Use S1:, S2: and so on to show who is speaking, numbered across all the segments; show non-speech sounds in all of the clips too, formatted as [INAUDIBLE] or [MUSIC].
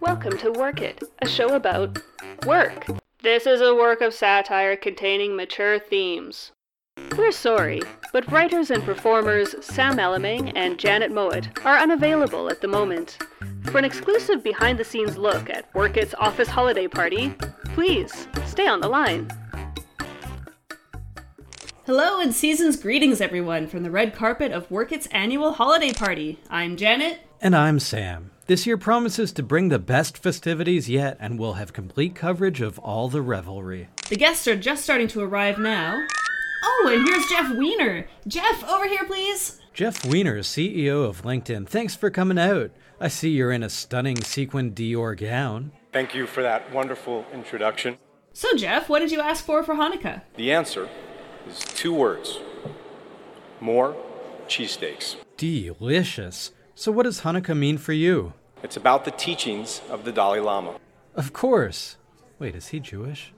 S1: Welcome to Work It, a show about work. This is a work of satire containing mature themes. We're sorry, but writers and performers Sam Alamang and Janet Mowat are unavailable at the moment. For an exclusive behind the scenes look at Work It's office holiday party, please stay on the line. Hello and season's greetings, everyone, from the red carpet of Work It's annual holiday party. I'm Janet.
S2: And I'm Sam. This year promises to bring the best festivities yet, and we'll have complete coverage of all the revelry.
S1: The guests are just starting to arrive now. Oh, and here's Jeff Weiner. Jeff, over here, please.
S2: Jeff Weiner, CEO of LinkedIn, thanks for coming out. I see you're in a stunning sequin Dior gown.
S3: Thank you for that wonderful introduction.
S1: So, Jeff, what did you ask for for Hanukkah?
S3: The answer is two words more cheesesteaks.
S2: Delicious. So, what does Hanukkah mean for you?
S3: It's about the teachings of the Dalai Lama.
S2: Of course. Wait, is he Jewish?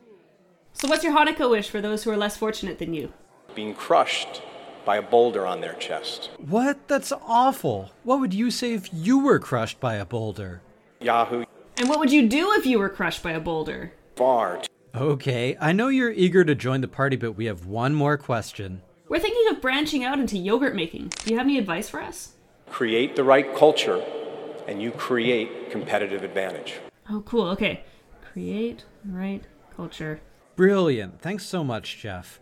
S1: So, what's your Hanukkah wish for those who are less fortunate than you?
S3: Being crushed by a boulder on their chest.
S2: What? That's awful. What would you say if you were crushed by a boulder?
S3: Yahoo,
S1: And what would you do if you were crushed by a boulder?
S3: far too
S2: Okay, I know you're eager to join the party, but we have one more question.
S1: We're thinking of branching out into yogurt making. Do you have any advice for us?
S3: create the right culture and you create competitive advantage.
S1: Oh, cool. Okay. Create the right culture.
S2: Brilliant. Thanks so much, Jeff.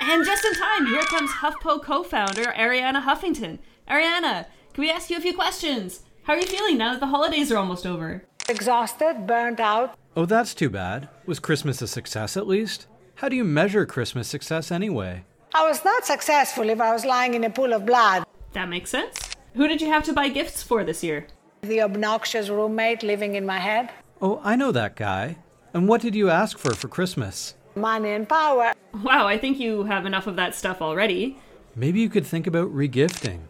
S1: And just in time, here comes HuffPo co founder Ariana Huffington. Ariana, can we ask you a few questions? How are you feeling now that the holidays are almost over?
S4: exhausted, burned out.
S2: Oh, that's too bad. Was Christmas a success at least? How do you measure Christmas success anyway?
S4: I was not successful if I was lying in a pool of blood.
S1: That makes sense. Who did you have to buy gifts for this year?
S4: The obnoxious roommate living in my head.
S2: Oh, I know that guy. And what did you ask for for Christmas?
S4: Money and power.
S1: Wow, I think you have enough of that stuff already.
S2: Maybe you could think about regifting.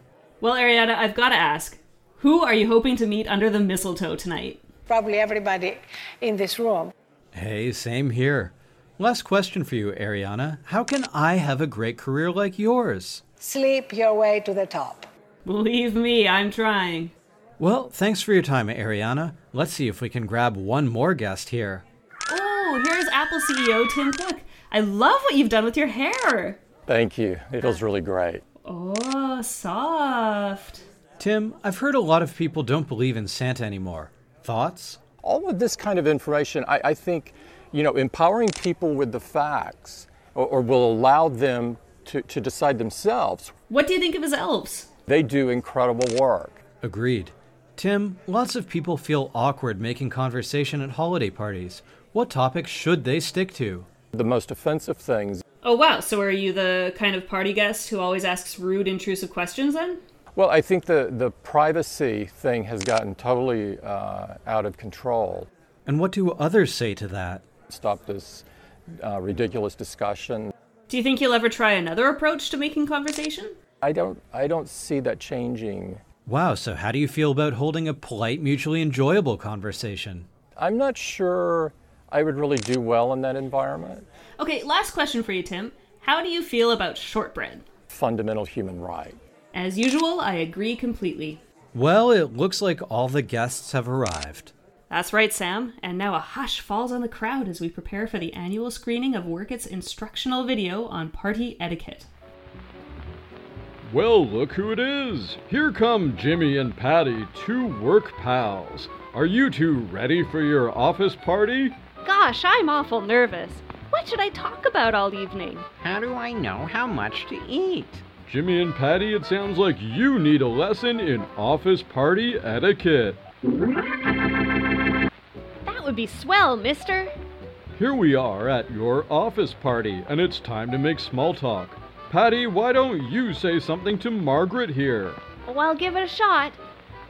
S1: Well, Ariana, I've got to ask who are you hoping to meet under the mistletoe tonight?
S4: Probably everybody in this room.
S2: Hey, same here. Last question for you, Ariana. How can I have a great career like yours?
S4: Sleep your way to the top.
S1: Believe me, I'm trying.
S2: Well, thanks for your time, Ariana. Let's see if we can grab one more guest here.
S1: Oh, here's Apple CEO Tim Cook. I love what you've done with your hair.
S5: Thank you. It feels really great.
S1: Oh, soft.
S2: Tim, I've heard a lot of people don't believe in Santa anymore. Thoughts?
S5: All of this kind of information, I, I think, you know, empowering people with the facts or, or will allow them to, to decide themselves.
S1: What do you think of his elves?
S5: They do incredible work.
S2: Agreed. Tim, lots of people feel awkward making conversation at holiday parties. What topics should they stick to?
S5: The most offensive things.
S1: Oh, wow. So are you the kind of party guest who always asks rude, intrusive questions then?
S5: Well, I think the, the privacy thing has gotten totally uh, out of control.
S2: And what do others say to that?
S5: Stop this uh, ridiculous discussion.
S1: Do you think you'll ever try another approach to making conversation?
S5: I don't, I don't see that changing.
S2: Wow, so how do you feel about holding a polite, mutually enjoyable conversation?
S5: I'm not sure I would really do well in that environment.
S1: Okay, last question for you, Tim. How do you feel about shortbread?
S5: fundamental human right.
S1: As usual, I agree completely.
S2: Well, it looks like all the guests have arrived.
S1: That's right, Sam. And now a hush falls on the crowd as we prepare for the annual screening of Workit's instructional video on party etiquette.
S6: Well, look who it is! Here come Jimmy and Patty, two work pals. Are you two ready for your office party?
S1: Gosh, I'm awful nervous. What should I talk about all evening?
S7: How do I know how much to eat?
S6: Jimmy and Patty, it sounds like you need a lesson in office party etiquette.
S8: That would be swell, mister.
S6: Here we are at your office party, and it's time to make small talk. Patty, why don't you say something to Margaret here?
S8: Well, I'll give it a shot.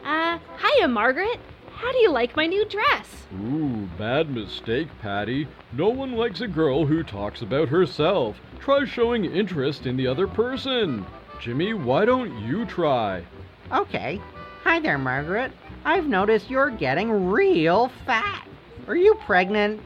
S8: Uh, hiya, Margaret. How do you like my new dress?
S6: Ooh, bad mistake, Patty. No one likes a girl who talks about herself. Try showing interest in the other person. Jimmy, why don't you try?
S7: Okay. Hi there, Margaret. I've noticed you're getting real fat. Are you pregnant?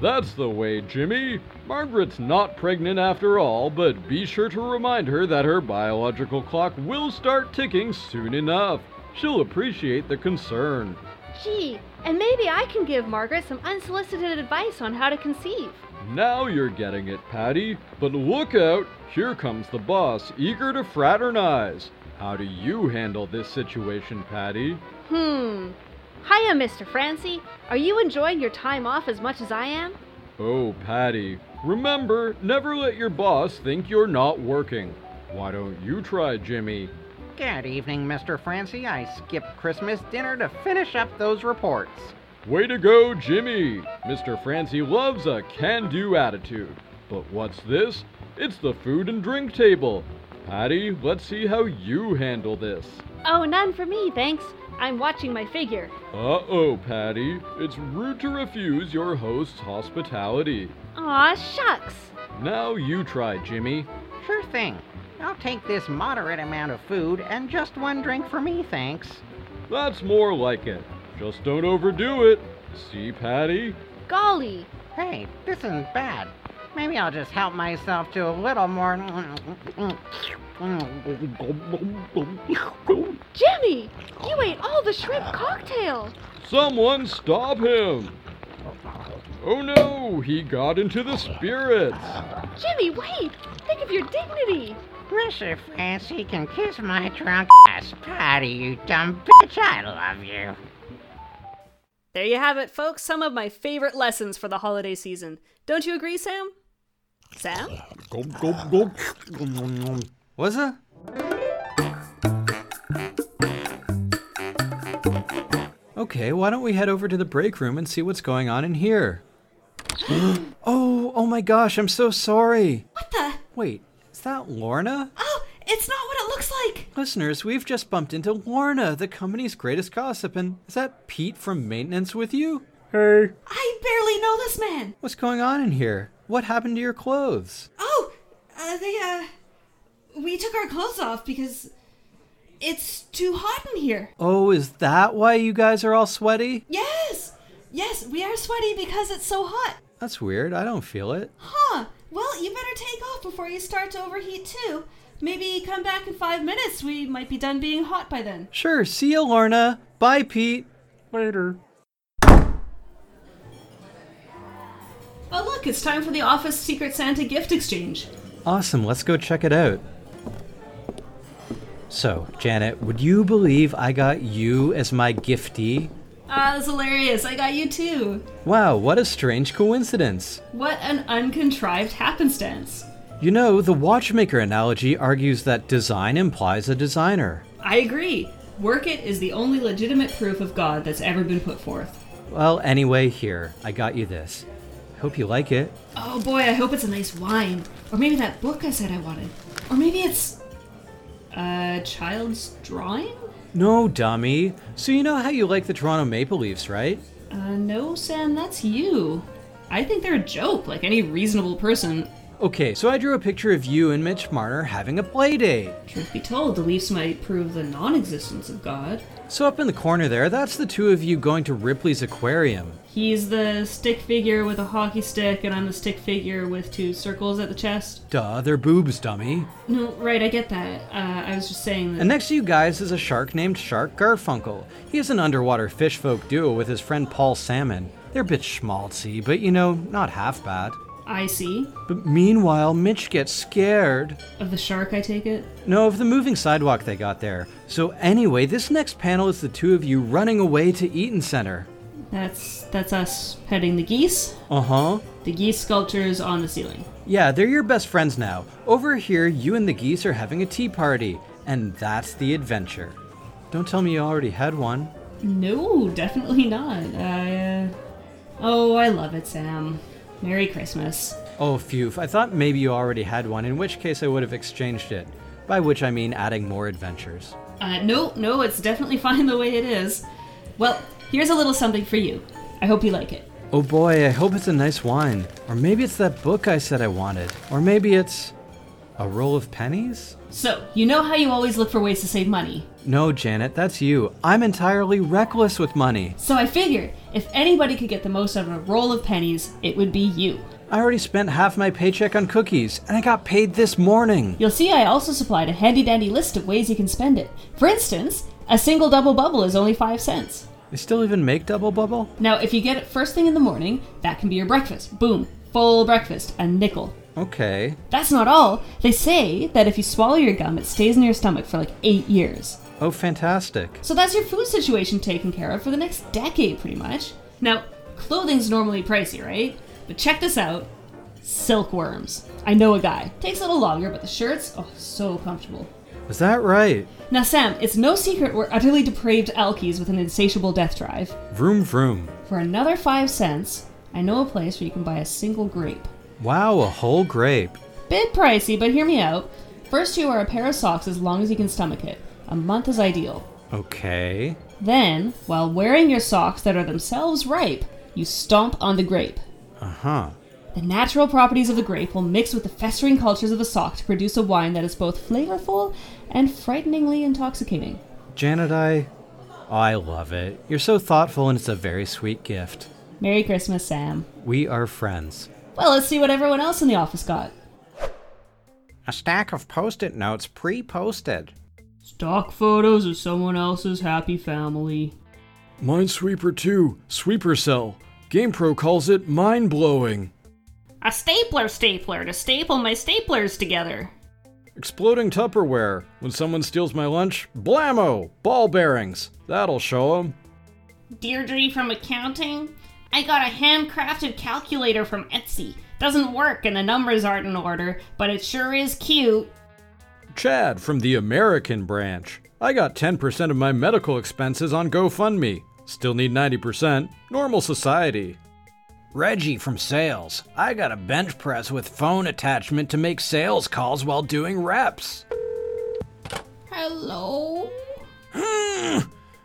S6: That's the way, Jimmy. Margaret's not pregnant after all, but be sure to remind her that her biological clock will start ticking soon enough. She'll appreciate the concern.
S8: Gee, and maybe I can give Margaret some unsolicited advice on how to conceive.
S6: Now you're getting it, Patty. But look out, here comes the boss, eager to fraternize. How do you handle this situation, Patty?
S8: Hmm. Hiya, Mr. Francie. Are you enjoying your time off as much as I am?
S6: Oh, Patty, remember, never let your boss think you're not working. Why don't you try, Jimmy?
S7: Good evening, Mr. Francie. I skipped Christmas dinner to finish up those reports.
S6: Way to go, Jimmy! Mr. Francie loves a can do attitude. But what's this? It's the food and drink table. Patty, let's see how you handle this.
S8: Oh, none for me, thanks. I'm watching my figure.
S6: Uh oh, Patty, it's rude to refuse your host's hospitality.
S8: Aw, shucks.
S6: Now you try, Jimmy.
S7: Sure thing. I'll take this moderate amount of food and just one drink for me, thanks.
S6: That's more like it. Just don't overdo it. See, Patty?
S8: Golly.
S7: Hey, this isn't bad. Maybe I'll just help myself to a little more.
S8: Jimmy, you ate all the shrimp cocktail.
S6: Someone stop him! Oh no, he got into the spirits!
S8: Jimmy, wait. Think of your dignity.
S7: Mr. Francie can kiss my drunk ass, Patty, you dumb bitch. I love you.
S9: There you have it, folks. Some of my favorite lessons for the holiday season. Don't you agree, Sam? Sam?
S2: Was it? Okay, why don't we head over to the break room and see what's going on in here? [GASPS] oh, oh my gosh, I'm so sorry.
S1: What the?
S2: Wait, is that Lorna?
S1: Oh, it's not what it looks like.
S2: Listeners, we've just bumped into Lorna, the company's greatest gossip, and is that Pete from maintenance with you?
S1: I barely know this man.
S2: What's going on in here? What happened to your clothes?
S1: Oh, uh, they, uh, we took our clothes off because it's too hot in here.
S2: Oh, is that why you guys are all sweaty?
S1: Yes, yes, we are sweaty because it's so hot.
S2: That's weird, I don't feel it.
S1: Huh. Well, you better take off before you start to overheat too. Maybe come back in five minutes. We might be done being hot by then.
S2: Sure, see you, Lorna. Bye, Pete.
S1: Oh, look, it's time for the office Secret Santa gift exchange.
S2: Awesome, let's go check it out. So, Janet, would you believe I got you as my giftee?
S1: Ah, that's hilarious. I got you too.
S2: Wow, what a strange coincidence.
S1: What an uncontrived happenstance.
S2: You know, the watchmaker analogy argues that design implies a designer.
S1: I agree. Work It is the only legitimate proof of God that's ever been put forth.
S2: Well, anyway, here, I got you this. Hope you like it.
S1: Oh boy, I hope it's a nice wine. Or maybe that book I said I wanted. Or maybe it's. a child's drawing?
S2: No, dummy. So, you know how you like the Toronto Maple Leafs, right?
S1: Uh, no, Sam, that's you. I think they're a joke, like any reasonable person.
S2: Okay, so I drew a picture of you and Mitch Marner having a play date.
S1: Truth be told, the Leafs might prove the non existence of God.
S2: So, up in the corner there, that's the two of you going to Ripley's Aquarium.
S1: He's the stick figure with a hockey stick, and I'm the stick figure with two circles at the chest.
S2: Duh, they're boobs, dummy.
S1: No, right, I get that. Uh, I was just saying that.
S2: And next to you guys is a shark named Shark Garfunkel. He is an underwater fish folk duo with his friend Paul Salmon. They're a bit schmaltzy, but you know, not half bad.
S1: I see.
S2: But meanwhile, Mitch gets scared.
S1: Of the shark, I take it?
S2: No, of the moving sidewalk they got there. So anyway, this next panel is the two of you running away to Eaton Center.
S1: That's that's us petting the geese.
S2: Uh huh.
S1: The geese sculptures on the ceiling.
S2: Yeah, they're your best friends now. Over here, you and the geese are having a tea party, and that's the adventure. Don't tell me you already had one.
S1: No, definitely not. I, uh, oh, I love it, Sam. Merry Christmas.
S2: Oh, phew, I thought maybe you already had one, in which case I would have exchanged it. By which I mean adding more adventures.
S1: Uh, no, no, it's definitely [LAUGHS] fine the way it is. Well, here's a little something for you. I hope you like it.
S2: Oh boy, I hope it's a nice wine. Or maybe it's that book I said I wanted. Or maybe it's. a roll of pennies?
S1: So, you know how you always look for ways to save money.
S2: No, Janet, that's you. I'm entirely reckless with money.
S1: So I figured if anybody could get the most out of a roll of pennies, it would be you.
S2: I already spent half my paycheck on cookies, and I got paid this morning.
S1: You'll see I also supplied a handy dandy list of ways you can spend it. For instance, a single double bubble is only 5 cents.
S2: They still even make double bubble?
S1: Now, if you get it first thing in the morning, that can be your breakfast. Boom, full breakfast, a nickel.
S2: Okay.
S1: That's not all. They say that if you swallow your gum, it stays in your stomach for like eight years.
S2: Oh, fantastic.
S1: So that's your food situation taken care of for the next decade, pretty much. Now, clothing's normally pricey, right? But check this out silkworms. I know a guy. Takes a little longer, but the shirts, oh, so comfortable.
S2: Is that right?
S1: Now, Sam, it's no secret we're utterly depraved alkies with an insatiable death drive.
S2: Vroom vroom.
S1: For another five cents, I know a place where you can buy a single grape.
S2: Wow, a whole grape.
S1: Bit pricey, but hear me out. First, you are a pair of socks as long as you can stomach it. A month is ideal.
S2: Okay.
S1: Then, while wearing your socks that are themselves ripe, you stomp on the grape.
S2: Uh huh.
S1: The natural properties of the grape will mix with the festering cultures of the sock to produce a wine that is both flavorful and frighteningly intoxicating.
S2: Janet, I. I love it. You're so thoughtful, and it's a very sweet gift.
S1: Merry Christmas, Sam.
S2: We are friends.
S1: Well, let's see what everyone else in the office got.
S2: A stack of post it notes pre posted.
S1: Stock photos of someone else's happy family.
S6: Minesweeper 2, Sweeper Cell. GamePro calls it mind blowing.
S1: A stapler stapler to staple my staplers together.
S6: Exploding Tupperware. When someone steals my lunch, blammo! Ball bearings. That'll show 'em.
S1: Deirdre from accounting. I got a handcrafted calculator from Etsy. Doesn't work and the numbers aren't in order, but it sure is cute.
S6: Chad from the American branch. I got 10% of my medical expenses on GoFundMe. Still need 90%. Normal society.
S2: Reggie from sales. I got a bench press with phone attachment to make sales calls while doing reps.
S1: Hello?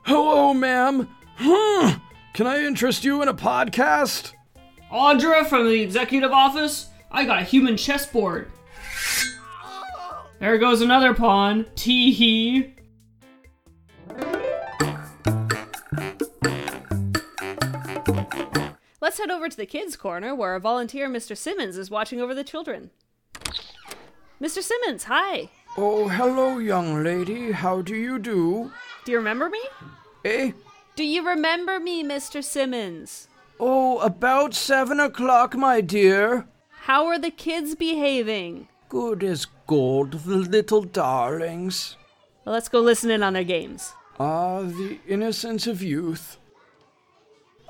S6: Hello, ma'am. Hmm. Can I interest you in a podcast?
S1: Audra from the executive office. I got a human chessboard. There goes another pawn. Tee hee.
S9: Let's head over to the kids' corner where our volunteer, Mr. Simmons, is watching over the children. Mr. Simmons, hi.
S10: Oh, hello, young lady. How do you do?
S9: Do you remember me?
S10: Eh?
S9: Do you remember me, Mr. Simmons?
S10: Oh, about seven o'clock, my dear.
S9: How are the kids behaving?
S10: Good as gold, the little darlings.
S9: Well, let's go listen in on their games.
S10: Ah, the innocence of youth.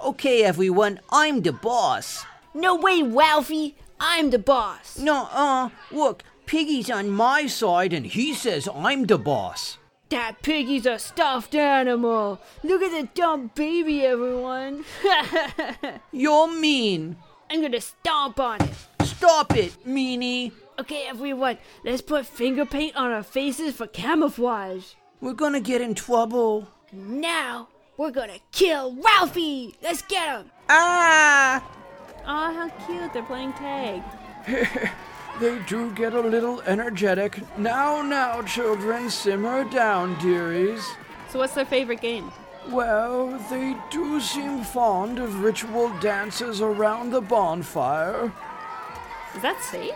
S11: Okay, everyone, I'm the boss.
S8: No way, Walfie! I'm the boss!
S11: No, uh, look, Piggy's on my side and he says I'm the boss.
S8: That piggy's a stuffed animal! Look at the dumb baby, everyone! [LAUGHS]
S11: You're mean.
S8: I'm gonna stomp on it!
S11: Stop it, meanie.
S8: Okay, everyone, let's put finger paint on our faces for camouflage!
S11: We're gonna get in trouble.
S8: Now, we're gonna kill Ralphie! Let's get him!
S11: Ah!
S9: Aw, how cute, they're playing tag.
S10: [LAUGHS] They do get a little energetic. Now, now, children, simmer down, dearies.
S9: So, what's their favorite game?
S10: Well, they do seem fond of ritual dances around the bonfire.
S9: Is that safe?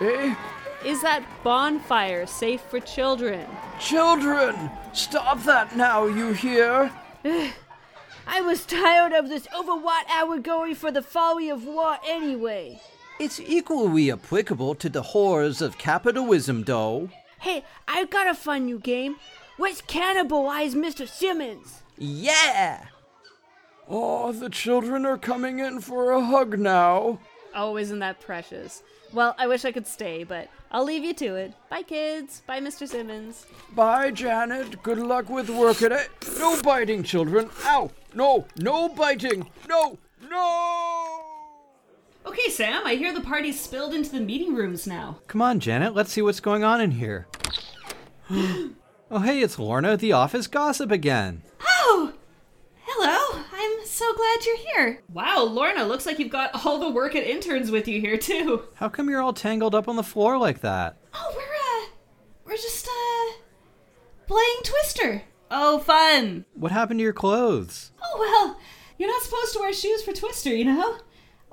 S10: Eh?
S9: Is that bonfire safe for children?
S10: Children! Stop that now, you hear?
S8: I was tired of this overwrought allegory for the folly of war anyway.
S11: It's equally applicable to the horrors of capitalism, though.
S8: Hey, I've got a fun new game. Let's cannibalize Mr. Simmons.
S11: Yeah!
S10: Oh, the children are coming in for a hug now.
S9: Oh, isn't that precious? Well, I wish I could stay, but I'll leave you to it. Bye, kids. Bye, Mr. Simmons.
S10: Bye, Janet. Good luck with work at it. No biting, children. Ow! No, no biting. No, no!
S1: Okay, Sam, I hear the party's spilled into the meeting rooms now.
S2: Come on, Janet, let's see what's going on in here. [GASPS] oh, hey, it's Lorna, the office gossip again.
S1: Oh! Hello! I'm so glad you're here. Wow, Lorna, looks like you've got all the work at interns with you here, too.
S2: How come you're all tangled up on the floor like that?
S1: Oh, we're, uh, we're just, uh, playing Twister. Oh, fun.
S2: What happened to your clothes?
S1: Oh, well, you're not supposed to wear shoes for Twister, you know?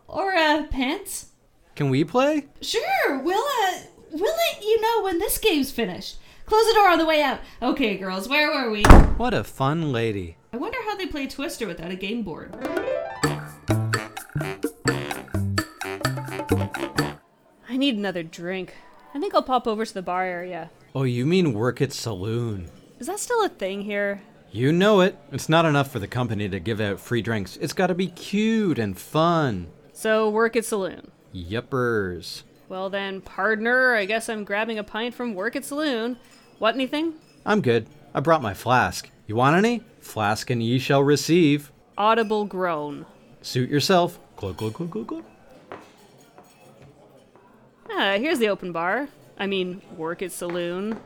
S1: Or, uh, pants.
S2: Can we play?
S1: Sure, we'll, uh, we'll let you know when this game's finished. Close the door on the way out. Okay, girls, where were we?
S2: What a fun lady.
S1: I wonder how they
S12: they play Twister without a game board?
S1: I need another drink. I think I'll pop over to the bar area.
S2: Oh, you mean work at saloon.
S1: Is that still a thing here?
S2: You know it. It's not enough for the company to give out free drinks. It's got to be cute and fun.
S1: So, work at saloon.
S2: Yuppers.
S1: Well then, pardner, I guess I'm grabbing a pint from work at saloon. What, anything?
S2: I'm good. I brought my flask. You want any? Flask and ye shall receive.
S1: Audible groan.
S2: Suit yourself. Glug, glug, glug, glug, glug.
S1: Ah, here's the open bar. I mean, work at saloon.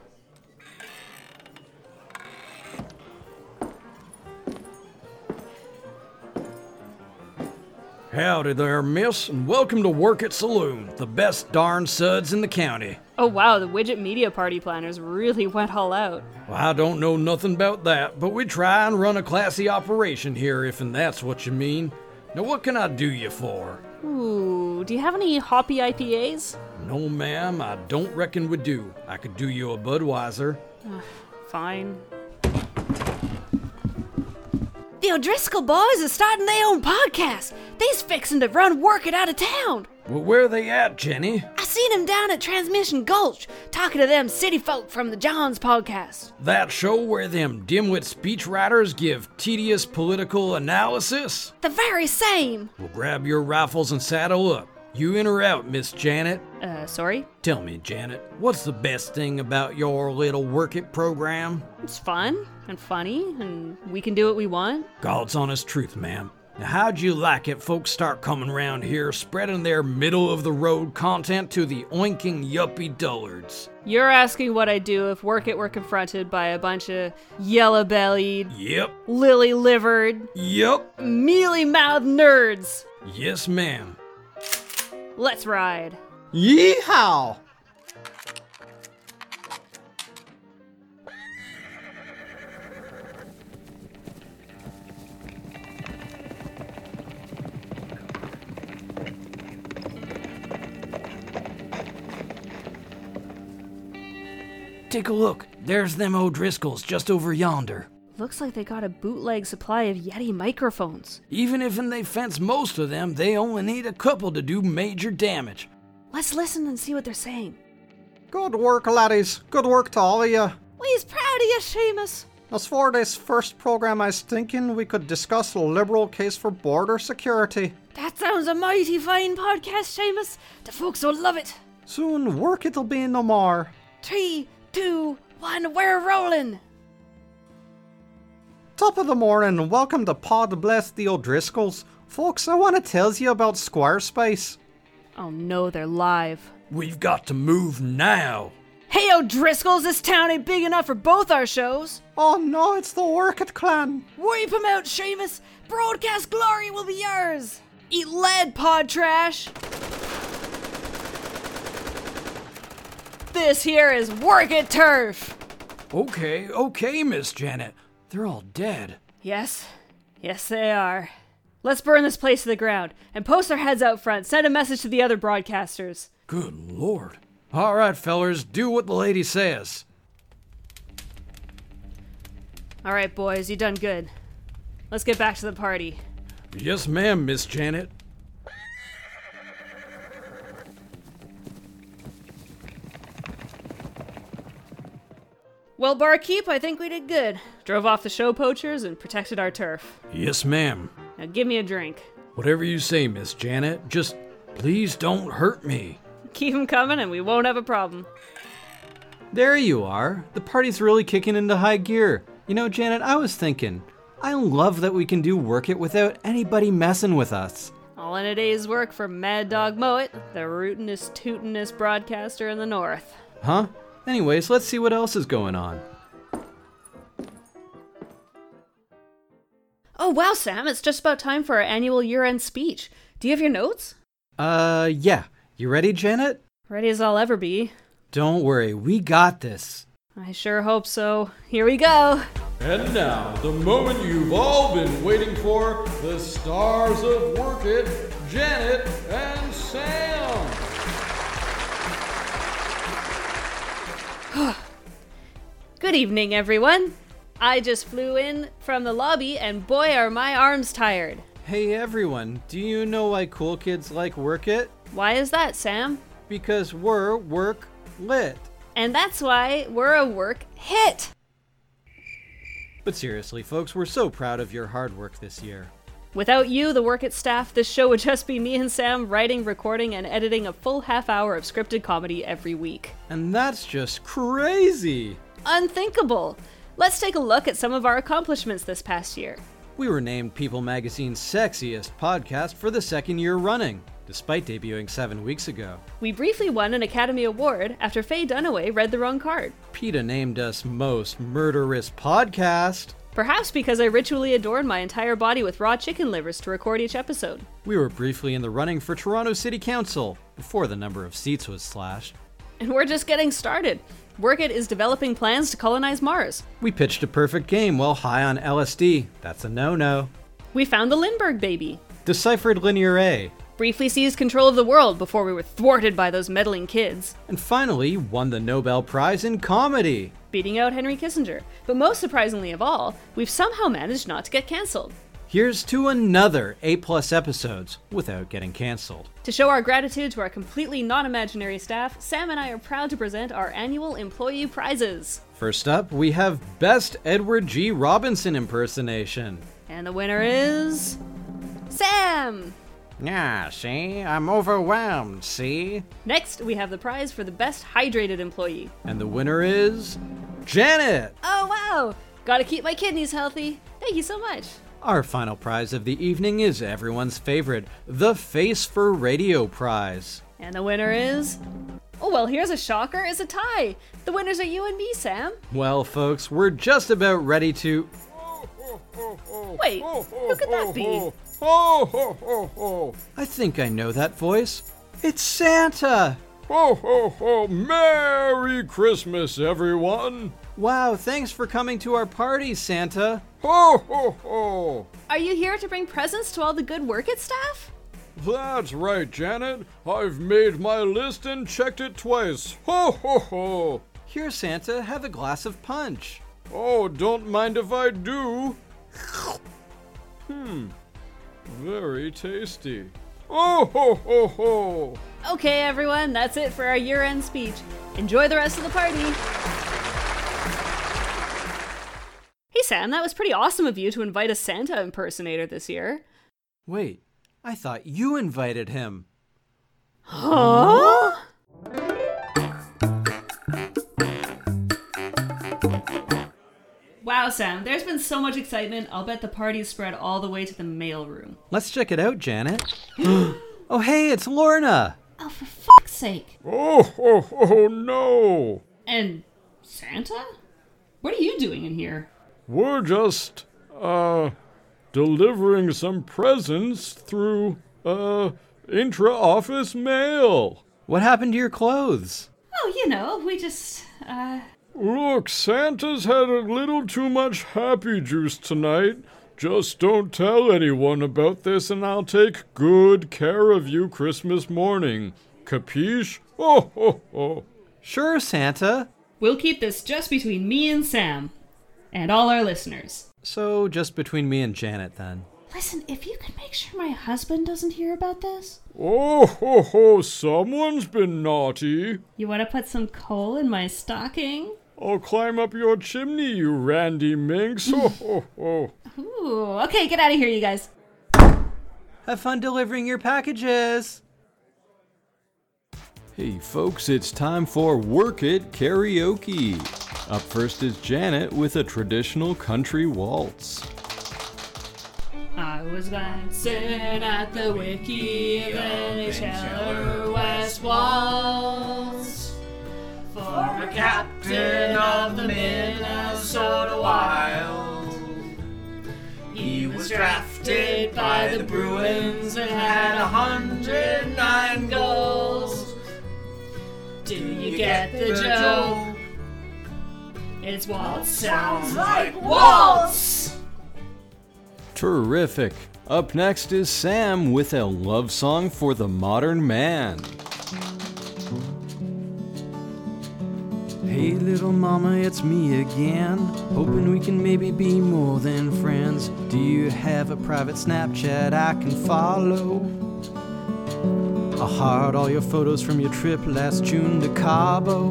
S10: Howdy there, miss, and welcome to Work at Saloon, the best darn suds in the county.
S1: Oh wow, the widget media party planners really [LAUGHS] went all out.
S10: Well, I don't know nothing about that, but we try and run a classy operation here, if and that's what you mean. Now, what can I do you for?
S1: Ooh, do you have any hoppy IPAs?
S10: No, ma'am, I don't reckon we do. I could do you a Budweiser.
S1: Ugh, fine.
S8: The O'Driscoll boys are starting their own podcast. They's fixing to run working out of town.
S10: Well, where are they at, Jenny?
S8: I seen 'em down at Transmission Gulch talking to them city folk from the Johns podcast.
S10: That show where them dimwit speechwriters give tedious political analysis?
S8: The very same.
S10: Well, grab your rifles and saddle up. You in or out, Miss Janet?
S1: Uh, sorry?
S10: Tell me, Janet, what's the best thing about your little work it program?
S1: It's fun and funny, and we can do what we want.
S10: God's honest truth, ma'am. Now, how'd you like it folks start coming round here spreading their middle of the road content to the oinking yuppie dullards?
S1: You're asking what I do if work it were confronted by a bunch of yellow bellied,
S10: Yep.
S1: lily livered,
S10: Yep.
S1: mealy mouthed nerds.
S10: Yes, ma'am.
S1: Let's ride.
S10: Yeehaw! Take a look. There's them O'Driscolls just over yonder.
S1: Looks like they got a bootleg supply of Yeti microphones.
S10: Even if they fence most of them, they only need a couple to do major damage.
S8: Let's listen and see what they're saying.
S13: Good work, laddies. Good work to all of you.
S8: We's proud of you, Seamus.
S13: As for this first program, I was thinking we could discuss a liberal case for border security.
S8: That sounds a mighty fine podcast, Seamus. The folks will love it.
S13: Soon work it'll be no more.
S8: Three, two, one, we're rolling.
S13: Top of the morning, and welcome to Pod Bless the O'Driscolls. Folks, I want to tell you about Squarespace.
S1: Oh no, they're live.
S10: We've got to move now.
S8: Hey, O'Driscolls, this town ain't big enough for both our shows.
S13: Oh no, it's the Workit clan.
S8: Wipe 'em out, Seamus. Broadcast glory will be yours. Eat lead, pod trash.
S1: This here is Work It Turf!
S10: Okay, okay, Miss Janet. They're all dead.
S1: Yes, yes, they are. Let's burn this place to the ground and post our heads out front. Send a message to the other broadcasters.
S10: Good lord. All right, fellers, do what the lady says.
S1: All right, boys, you done good. Let's get back to the party.
S10: Yes, ma'am, Miss Janet.
S1: Well, barkeep, I think we did good. Drove off the show poachers and protected our turf.
S10: Yes, ma'am.
S1: Now give me a drink. [LAUGHS]
S10: Whatever you say, Miss Janet, just please don't hurt me.
S1: Keep 'em coming and we won't have a problem.
S2: There you are. The party's really kicking into high gear. You know, Janet, I was thinking, I love that we can do work it without anybody messing with us.
S1: All in a day's work for Mad Dog Mowat, the rootin'est, tootin'est broadcaster in the north.
S2: Huh? Anyways, let's see what else is going on.
S1: Oh, wow, Sam, it's just about time for our annual year end speech. Do you have your notes?
S2: Uh, yeah. You ready, Janet?
S1: Ready as I'll ever be.
S2: Don't worry, we got this.
S1: I sure hope so. Here we go.
S6: And now, the moment you've all been waiting for, the stars of Work It, Janet and Sam.
S1: Good evening, everyone. I just flew in from the lobby, and boy, are my arms tired.
S2: Hey everyone, do you know why cool kids like work it?
S1: Why is that, Sam?
S2: Because we're work lit.
S1: And that's why we're a work hit.
S2: But seriously, folks, we're so proud of your hard work this year.
S1: Without you, the work at staff, this show would just be me and Sam writing, recording, and editing a full half hour of scripted comedy every week.
S2: And that's just crazy!
S1: Unthinkable! Let's take a look at some of our accomplishments this past year.
S2: We were named People Magazine's Sexiest Podcast for the second year running, despite debuting seven weeks ago.
S1: We briefly won an Academy Award after Faye Dunaway read the wrong card.
S2: PETA named us Most Murderous Podcast.
S1: Perhaps because I ritually adorned my entire body with raw chicken livers to record each episode.
S2: We were briefly in the running for Toronto City Council before the number of seats was slashed.
S1: And we're just getting started. Workit is developing plans to colonize Mars.
S2: We pitched a perfect game while high on LSD. That's a no no.
S1: We found the Lindbergh baby.
S2: Deciphered Linear A.
S1: Briefly seized control of the world before we were thwarted by those meddling kids.
S2: And finally, won the Nobel Prize in Comedy.
S1: Beating out Henry Kissinger. But most surprisingly of all, we've somehow managed not to get cancelled.
S2: Here's to another A plus episodes without getting cancelled.
S1: To show our gratitude to our completely non imaginary staff, Sam and I are proud to present our annual employee prizes.
S2: First up, we have Best Edward G. Robinson impersonation.
S1: And the winner is. Sam!
S14: Yeah, see? I'm overwhelmed, see?
S1: Next, we have the prize for the best hydrated employee.
S2: And the winner is. Janet!
S1: Oh, wow! Gotta keep my kidneys healthy. Thank you so much.
S2: Our final prize of the evening is everyone's favorite, the Face for Radio Prize.
S1: And the winner is. Oh, well, here's a shocker. It's a tie. The winners are you and me, Sam.
S2: Well, folks, we're just about ready to.
S1: Wait,
S2: Oh,
S1: who could that be?
S15: Ho, ho, ho, ho.
S2: I think I know that voice. It's Santa!
S6: Ho, ho, ho. Merry Christmas, everyone.
S2: Wow, thanks for coming to our party, Santa.
S15: Ho, ho, ho.
S16: Are you here to bring presents to all the good work at staff?
S6: That's right, Janet. I've made my list and checked it twice. Ho, ho, ho.
S2: Here, Santa, have a glass of punch.
S6: Oh, don't mind if I do. Hmm, very tasty. Oh, ho, ho, ho.
S1: Okay, everyone, that's it for our year end speech. Enjoy the rest of the party. Hey, Sam, that was pretty awesome of you to invite a Santa impersonator this year.
S2: Wait, I thought you invited him.
S1: Huh? Wow, Sam, there's been so much excitement. I'll bet the party's spread all the way to the mailroom.
S2: Let's check it out, Janet. [GASPS] oh, hey, it's Lorna.
S17: Oh, for fuck's sake.
S6: Oh, oh, oh, no.
S17: And Santa? What are you doing in here?
S6: We're just, uh, delivering some presents through, uh, intra office mail.
S2: What happened to your clothes?
S17: Oh, you know, we just, uh,
S6: Look, Santa's had a little too much happy juice tonight. Just don't tell anyone about this, and I'll take good care of you Christmas morning. Capiche? Oh, ho, ho.
S2: Sure, Santa.
S17: We'll keep this just between me and Sam. And all our listeners.
S2: So, just between me and Janet, then.
S17: Listen, if you could make sure my husband doesn't hear about this.
S6: Oh, ho, ho, someone's been naughty.
S17: You want to put some coal in my stocking?
S6: I'll climb up your chimney, you randy minx. Ho, ho, ho.
S17: Ooh, okay, get out of here, you guys.
S2: Have fun delivering your packages.
S6: Hey, folks, it's time for Work It Karaoke. Up first is Janet with a traditional country waltz.
S18: I was glancing at the wiki of the Cheller West Walls for a captain of the Minnesota Wild. He was drafted by the Bruins and had 109 goals. Do you get the joke? It's waltz. Sounds like waltz.
S6: Terrific. Up next is Sam with a love song for the modern man.
S19: Hey, little mama, it's me again. Hoping we can maybe be more than friends. Do you have a private Snapchat I can follow? I heart all your photos from your trip last June to Cabo.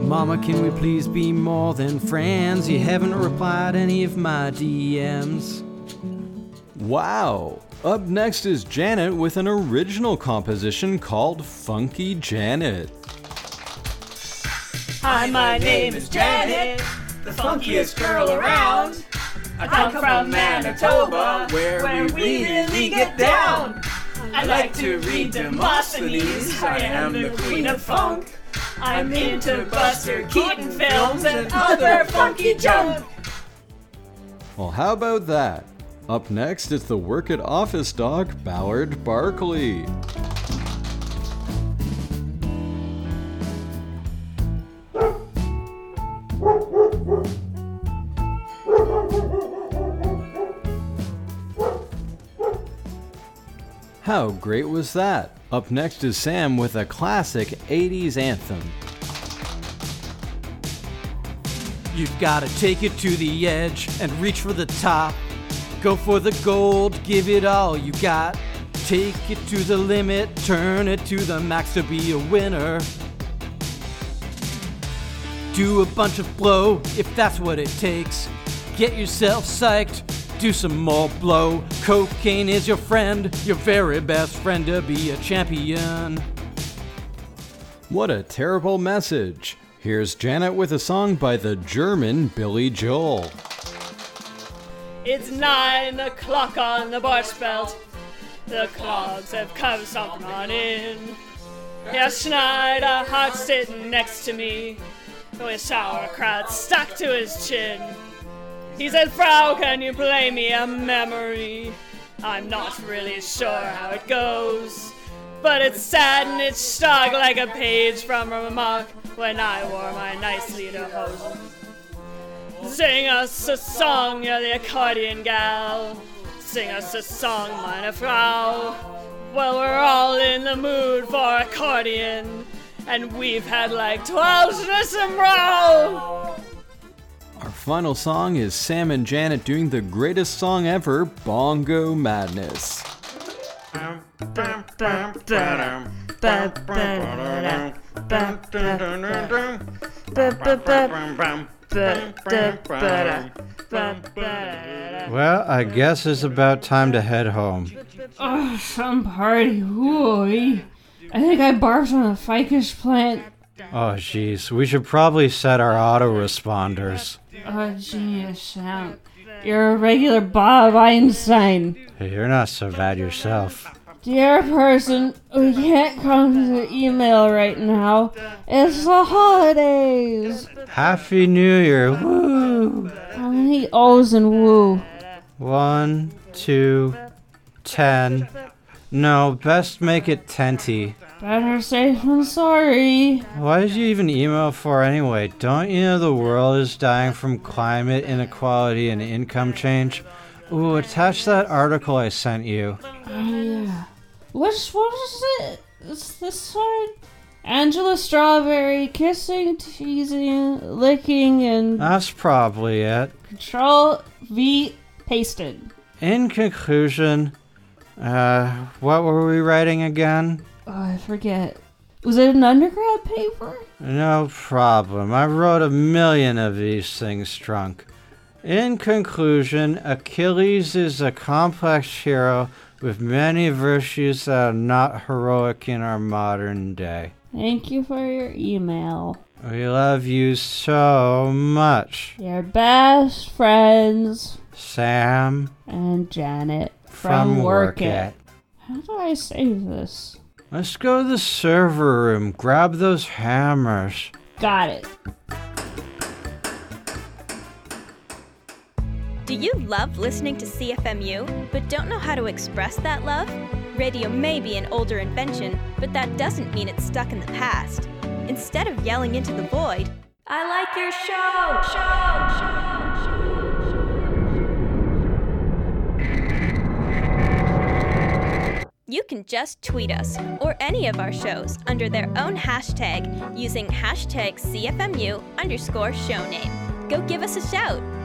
S19: Mama, can we please be more than friends? You haven't replied any of my DMs.
S6: Wow. Up next is Janet with an original composition called Funky Janet.
S18: Hi, my name is Janet, the funkiest girl around. I come from Manitoba, where, where we really get down. I like to read Demosthenes, I am the queen of funk. I'm into Buster Keaton films and other funky junk.
S6: Well, how about that? Up next is the work at office dog, Ballard Barkley. How great was that? Up next is Sam with a classic 80s anthem.
S2: You've gotta take it to the edge and reach for the top. Go for the gold, give it all you got. Take it to the limit, turn it to the max to be a winner. Do a bunch of blow if that's what it takes. Get yourself psyched, do some more blow. Cocaine is your friend, your very best friend to be a champion.
S6: What a terrible message. Here's Janet with a song by the German Billy Joel.
S18: It's nine o'clock on the Barch Belt. The clogs have come stomping on in. Herr Schneider hot sitting next to me, with sauerkraut stuck to his chin. He said, Frau, can you play me a memory? I'm not really sure how it goes, but it's sad and it's stuck like a page from a remark when I wore my nice leader hose. Sing us a song, you're the accordion gal. Sing us a song, meine Frau. Well, we're all in the mood for accordion, and we've had like 12 Swiss in row.
S6: Our final song is Sam and Janet doing the greatest song ever, Bongo Madness.
S20: Well, I guess it's about time to head home.
S1: Oh, some party. Ooh, I think I barfed on a ficus plant.
S20: Oh, jeez. We should probably set our autoresponders.
S1: Oh, genius sound. You're a regular Bob Einstein.
S20: Hey, you're not so bad yourself.
S1: Dear person, we can't come to the email right now. It's the holidays.
S20: Happy New Year. Woo!
S1: How many O's in woo?
S20: One, two, ten. No, best make it tenty.
S1: Better safe than sorry.
S20: Why did you even email for anyway? Don't you know the world is dying from climate inequality and income change? Ooh, attach that article I sent you.
S1: Oh, yeah. Which one is it? It's this one? Angela Strawberry kissing, teasing, licking, and.
S20: That's probably it.
S1: Control V pasted.
S20: In conclusion, uh, what were we writing again?
S1: Oh, I forget. Was it an undergrad paper?
S20: No problem. I wrote a million of these things drunk. In conclusion, Achilles is a complex hero with many virtues that are not heroic in our modern day.
S1: Thank you for your email.
S20: We love you so much.
S1: Your best friends,
S20: Sam
S1: and Janet
S20: from,
S1: from
S20: Work It.
S1: How do I save this?
S20: Let's go to the server room, grab those hammers.
S1: Got it.
S21: Do you love listening to CFMU but don't know how to express that love? Radio may be an older invention, but that doesn't mean it's stuck in the past. Instead of yelling into the void, I like your show, show, show. you can just tweet us or any of our shows under their own hashtag using hashtag CFMU underscore show name. Go give us a shout.